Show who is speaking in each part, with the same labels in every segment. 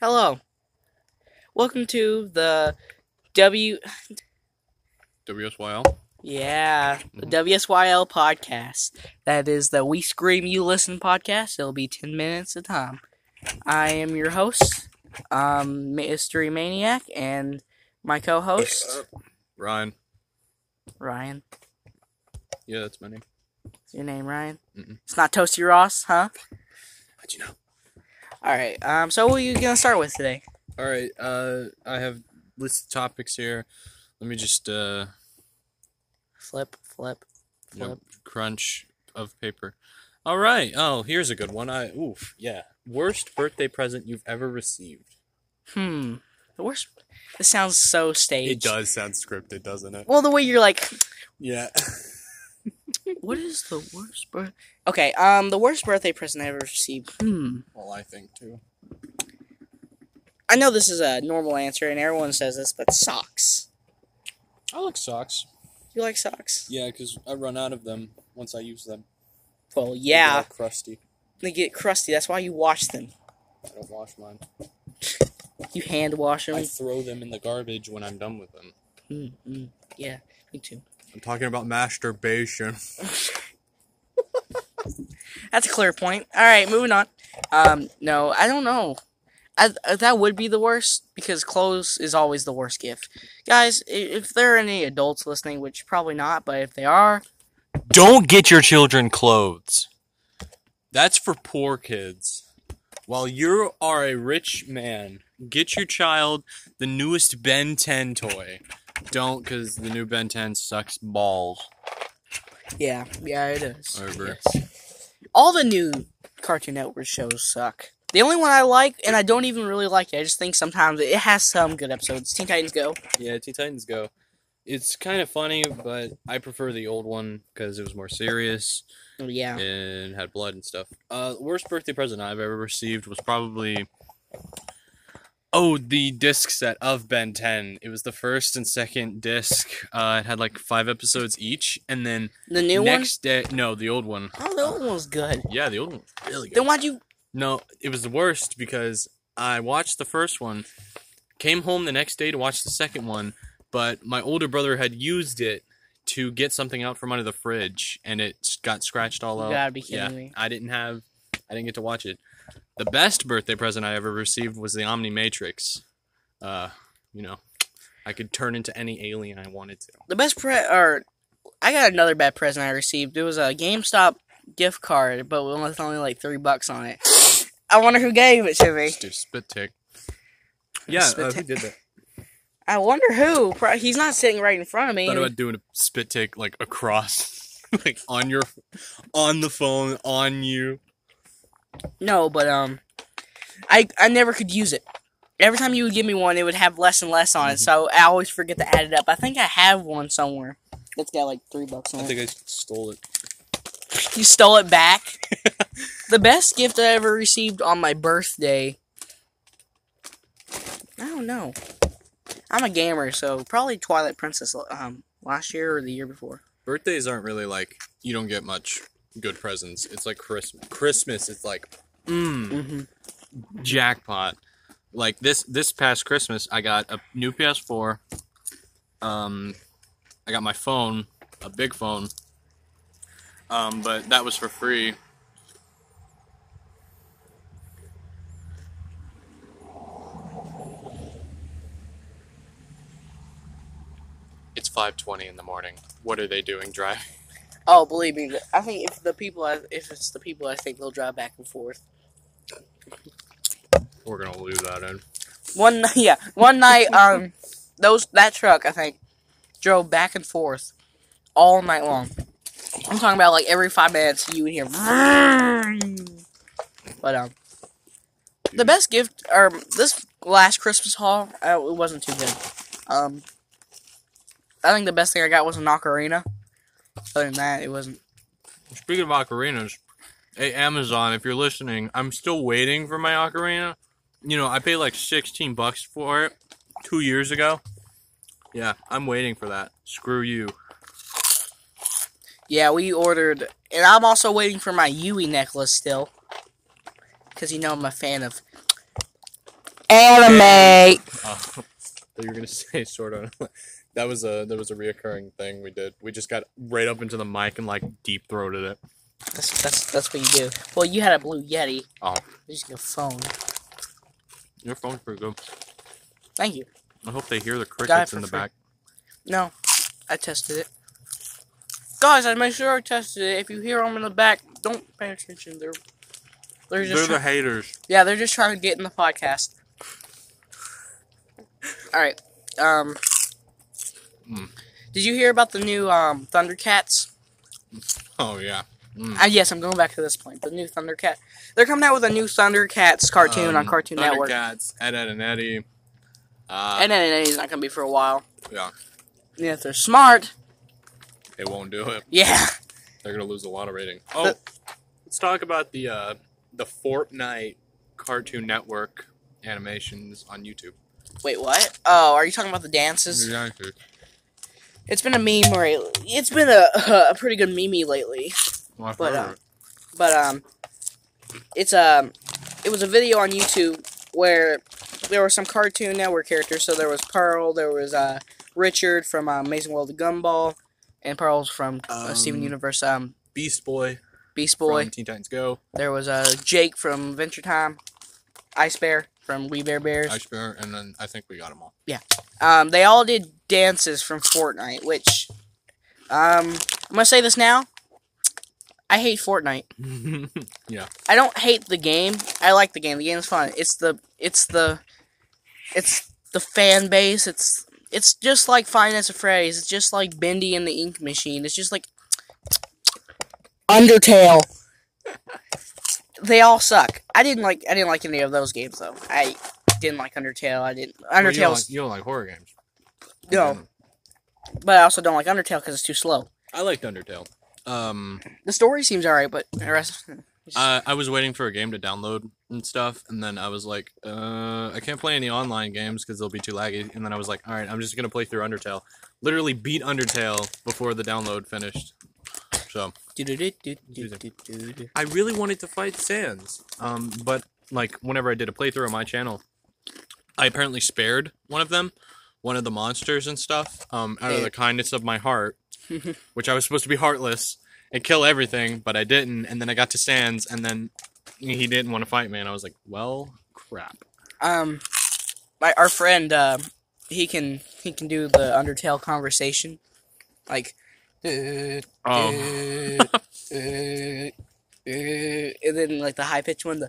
Speaker 1: Hello. Welcome to the W.
Speaker 2: WSYL.
Speaker 1: Yeah, the
Speaker 2: Mhm.
Speaker 1: WSYL podcast. That is the We Scream You Listen podcast. It'll be 10 minutes a time. I am your host, um, Mystery Maniac, and my co host,
Speaker 2: Ryan.
Speaker 1: Ryan.
Speaker 2: Yeah, that's my name.
Speaker 1: Is your name Ryan?
Speaker 2: Mhm.
Speaker 1: It's not Toasty Ross, huh?
Speaker 2: How'd you know?
Speaker 1: All right. Um, so, what are you going to start with today?
Speaker 2: All right. Uh, I have list of topics here. Let me just uh,
Speaker 1: Flip, flip,
Speaker 2: you know,
Speaker 1: flip.
Speaker 2: crunch of paper. All right. Oh, here's a good one. I oof. Yeah. Worst birthday present you've ever received.
Speaker 1: Hmm. The worst. This sounds so staged.
Speaker 2: does sound scripted, doesn't it?
Speaker 1: Well, the way you're like,
Speaker 2: Yeah.
Speaker 1: What is the worst birth? Okay, um, the worst birthday present I ever received. Hmm.
Speaker 2: well, I think too.
Speaker 1: I know this is a normal answer, and everyone says this, but socks.
Speaker 2: I like socks.
Speaker 1: You like socks?
Speaker 2: Yeah, because I run out of them once I use them.
Speaker 1: Well,
Speaker 2: They get
Speaker 1: yeah.
Speaker 2: all crusty.
Speaker 1: They get crusty. That's why you wash them.
Speaker 2: I don't wash mine.
Speaker 1: You hand wash them.
Speaker 2: I throw them in the garbage when I'm done with them.
Speaker 1: Mm, mm, yeah, me too.
Speaker 2: I'm talking about masturbation.
Speaker 1: That's a clear point. All right, moving on. Um, no, I don't know. I, I- that would be the worst because clothes is always the worst gift. Guys, i- if there are any adults listening, which probably not, but if they are,
Speaker 2: Don't get your children clothes. That's for poor kids. While you are a rich man, get your child the newest Ben 10 toy. Don't, because the new Ben 10 sucks balls.
Speaker 1: yeah, yeah, it is.
Speaker 2: Over.
Speaker 1: all the new Cartoon Network shows suck. The only one I like, and I don't even really like it, I just think sometimes it has some good episodes. Teen Titans Go.
Speaker 2: Yeah, Teen Titans Go. It's kind of funny, but I prefer the old one because it was more serious
Speaker 1: Oh, Yeah.
Speaker 2: and had blood and stuff. Uh, worst birthday present I've ever received was probably oh the disc set of Ben 10. It was the first and second disc. Uh, it had like five episodes each, and then
Speaker 1: The new
Speaker 2: next day, no, the old one.
Speaker 1: one? Oh, the old one was good.
Speaker 2: Yeah, the old one was really good.
Speaker 1: Then why'd you.
Speaker 2: No, it was the worst because I watched the first one, came home the next day to watch the second one, but my older brother had used it to get something out from under the fridge, and it s- got scratched all
Speaker 1: You
Speaker 2: out.
Speaker 1: gotta be kidding me.
Speaker 2: I didn't have, I didn't get to watch it. The best birthday present I ever received was the Omni Matrix. Uh, you know, I could turn into any alien I wanted to.
Speaker 1: The best pre. Or. I got another bad present I received. It was a GameStop gift card, but with only like three bucks on it. I wonder who gave it to me.
Speaker 2: Just do spit tick. Yeah,
Speaker 1: Spit
Speaker 2: uh,
Speaker 1: tick.
Speaker 2: who did that?
Speaker 1: I wonder who. Pro- He's not sitting right in front of me.
Speaker 2: thought about doing a spit take like across like on your on the phone on you
Speaker 1: No, but um, I I never could use it. Every time you would give me one, it would have less and less on it, so I always forget to add it up. I think I have one somewhere. It's got like three bucks on it.
Speaker 2: i stole it
Speaker 1: You stole it back. the best gift I ever received on my birthday. I don't know. I'm a gamer, so probably Twilight Princess um last year or the year before.
Speaker 2: birthdays aren't really like you don't get much good presents it's like christmas christmas it's like mm,
Speaker 1: Mm-hmm.
Speaker 2: jackpot like this this past christmas i got a new ps4 um i got my phone a big phone um but that was for free It's 5:20 in the morning. What are they doing driving?
Speaker 1: Oh, believe me, I think if the people I, if it's the people I think they'll drive back and forth.
Speaker 2: We're going to leave that in.
Speaker 1: One night, yeah, one night, um, those that truck I think drove back and forth all night long. I'm talking about like every five minutes you would hear, "Vroom." but um, the best gift or this last Christmas haul, uh, it wasn't too good. Um, I think the best thing I got was an ocarina. Other than that, it wasn't.
Speaker 2: Speaking of ocarinas, hey Amazon, if you're listening, I'm still waiting for my ocarina. You know, I paid like 16 bucks for it two years ago. Yeah, I'm waiting for that. Screw you.
Speaker 1: Yeah, we ordered, and I'm also waiting for my Yui necklace still, because you know I'm a fan of anime.
Speaker 2: Uh, you were gonna say sort of. That was a that was a reoccurring thing we did. We just got right up into the mic and like deep throated it.
Speaker 1: That's that's that's what you do. Well, you had a blue yeti.
Speaker 2: Oh.
Speaker 1: You just get a phone.
Speaker 2: Your phone's pretty good.
Speaker 1: Thank you.
Speaker 2: I hope they hear the
Speaker 1: Got it
Speaker 2: crickets
Speaker 1: for
Speaker 2: in the
Speaker 1: free.
Speaker 2: back.
Speaker 1: No, I tested it. Guys, I made sure I tested it. If you hear them in the back, don't pay attention. They're they're just
Speaker 2: They're the haters.
Speaker 1: yeah, they're just trying to get in the podcast. All right. Um,
Speaker 2: Mm.
Speaker 1: did you hear about the new um Thundercats?
Speaker 2: Oh yeah. Mm.
Speaker 1: Uh, yes, I'm going back to this point. The new Thundercat. They're coming out with a new Thundercats cartoon on
Speaker 2: Um,
Speaker 1: Cartoon Network.
Speaker 2: Thundercats, Ed, Ed, and Eddie. Uh,
Speaker 1: And then it's not going to be for a while.
Speaker 2: Yeah.
Speaker 1: And if they're smart,
Speaker 2: they won't do it.
Speaker 1: yeah.
Speaker 2: They're gonna lose a lot of rating. Oh,
Speaker 1: Uh,
Speaker 2: let's talk about the uh, the Fortnite Cartoon Network animations on YouTube.
Speaker 1: Wait, what? Oh, are you talking about the dances?
Speaker 2: Mm-hmm.
Speaker 1: It's been a meme lately. It's been a, a pretty good meme lately.
Speaker 2: Well, I've
Speaker 1: But,
Speaker 2: heard
Speaker 1: uh,
Speaker 2: of it.
Speaker 1: But um, it's um, it was a video on YouTube where there were some Cartoon Network characters. So there was Pearl, there was uh Richard from uh, Amazing World of Gumball, and Pearl's from uh, Steven
Speaker 2: Um,
Speaker 1: Universe um
Speaker 2: Beast Boy,
Speaker 1: Beast Boy.
Speaker 2: from Teen Titans Go,
Speaker 1: There was uh, Jake from Adventure Time, Ice Bear from We Bear Bears.
Speaker 2: Ice Bear, and then I think we got them all.
Speaker 1: Um, they all did dances from Fortnite, which um, I'm gonna say this now. I hate Fortnite. I don't hate the game. I like the game. The game is fun. It's the it's the it's the fan base. It's it's just like Finance of Freddy's. It's just like Bendy and the Ink Machine. It's just like Undertale. they all suck. I didn't like I didn't like any of those games though. I didn't like Undertale. I didn't
Speaker 2: Well, you,
Speaker 1: Undertale.
Speaker 2: don't like, you don't like horror games.
Speaker 1: no, but I also don't like Undertale because it's too slow.
Speaker 2: I liked Undertale. Um,
Speaker 1: The story seems alright, but the rest.
Speaker 2: I, I was waiting for a game to download and stuff, and then I was like, uh, I can't play any online games because they'll be too laggy. And then I was like, all right, I'm just gonna play through Undertale. Literally beat Undertale before the download finished. So
Speaker 1: Do-do-do-do-do-do-do.
Speaker 2: I really wanted to fight Sans, um, but like whenever I did a playthrough on my channel, I apparently spared one of them, one of the monsters and stuff, um, out of the
Speaker 1: Dude.
Speaker 2: kindness of my heart, which I was supposed to be heartless and kill everything, but I didn't. And then I got to Sans, and then he didn't want to fight me, and I was like, well, crap.
Speaker 1: um my our friend uh, he can he can do the undertale conversation like uh,
Speaker 2: Um,
Speaker 1: uh, and then like the high pitched one the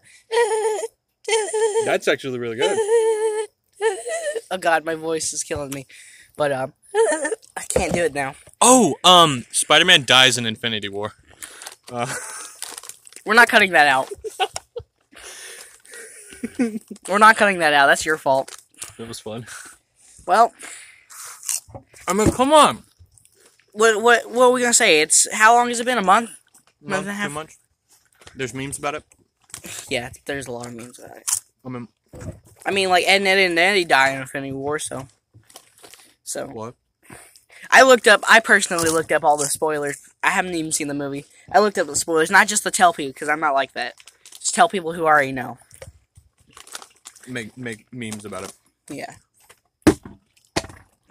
Speaker 2: that's actually really
Speaker 1: oh god my voice is killing me but um i can't do it now
Speaker 2: Oh, um, Spider Man dies in Infinity War. Uh,
Speaker 1: we're not cutting that out we're not cutting that out that's your fault
Speaker 2: that was fun.
Speaker 1: well
Speaker 2: I mean, come on.
Speaker 1: what what what are we gonna say it's how long has it been a month Month and a half.
Speaker 2: Too much. There's memes about it.
Speaker 1: yeah there's a lot of memes about it
Speaker 2: I mean,
Speaker 1: I mean, like Ed, Ed, and Eddie die in Infinity War, so. So
Speaker 2: what?
Speaker 1: I looked up. I personally looked up all the spoilers. I haven't even seen the movie. I looked up the spoilers, not just the tell people, because I'm not like that. Just tell people who already know.
Speaker 2: make make memes about it.
Speaker 1: Yeah.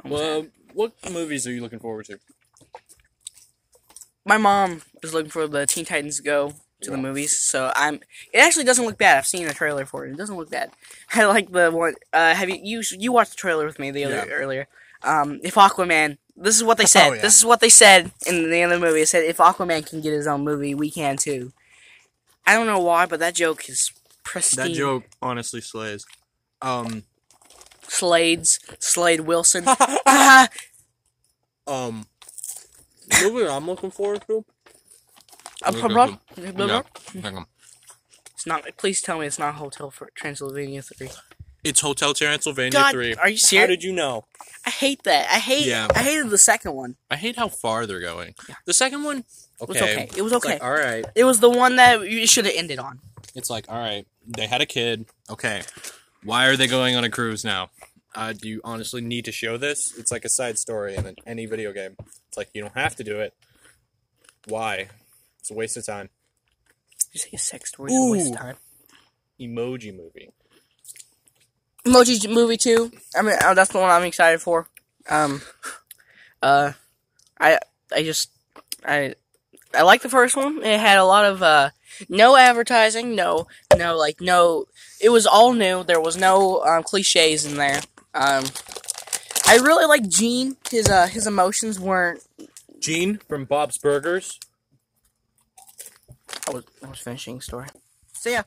Speaker 2: Well, what movies are you looking forward to?
Speaker 1: My mom was looking for the Teen Titans Go to the
Speaker 2: Yeah.
Speaker 1: movies, so I'm. It actually doesn't look bad. I've seen a trailer for it. It doesn't look bad. I like the one. Uh, have you you you watched the trailer with me the other
Speaker 2: Yeah.
Speaker 1: earlier? Um, if Aquaman, this is what they said.
Speaker 2: Oh, yeah.
Speaker 1: This is what they said in the other movie. It said if Aquaman can get his own movie, we can too. I don't know why, but that joke is pristine.
Speaker 2: That joke honestly slays. Um,
Speaker 1: Slade's Slade Wilson. Ah,
Speaker 2: um, movie I'm looking forward to.
Speaker 1: a
Speaker 2: Look at
Speaker 1: problem.
Speaker 2: Hang on.
Speaker 1: It's not. Please tell me it's not Hotel for Transylvania Three.
Speaker 2: It's Hotel Transylvania
Speaker 1: God,
Speaker 2: three.
Speaker 1: are you serious?
Speaker 2: How did you know?
Speaker 1: I hate that. I hate.
Speaker 2: Yeah.
Speaker 1: I hated the second one.
Speaker 2: I hate how far they're going. The second one,
Speaker 1: It was okay. It was
Speaker 2: It's
Speaker 1: okay.
Speaker 2: like, all right.
Speaker 1: It was the one that you should have ended on.
Speaker 2: It's like, all right. They had a kid. Okay. Why are they going on a cruise now? Uh, do you honestly need to show this? It's like a side story in any video game. It's like you don't have to do it. Why? It's a waste of time.
Speaker 1: You say a sex story is a waste of
Speaker 2: Ooh.
Speaker 1: time.
Speaker 2: emoji movie.
Speaker 1: Emoji movie two. I mean, uh, that's the one I'm excited for. Um, uh, I I just I I like the first one. It had a lot of uh no advertising, no no like no. It was all new. There was no um, cliches in there. Um, I really like Gene. His uh his emotions weren't.
Speaker 2: Gene from Bob's Burgers.
Speaker 1: I was I was finishing the story. So yeah,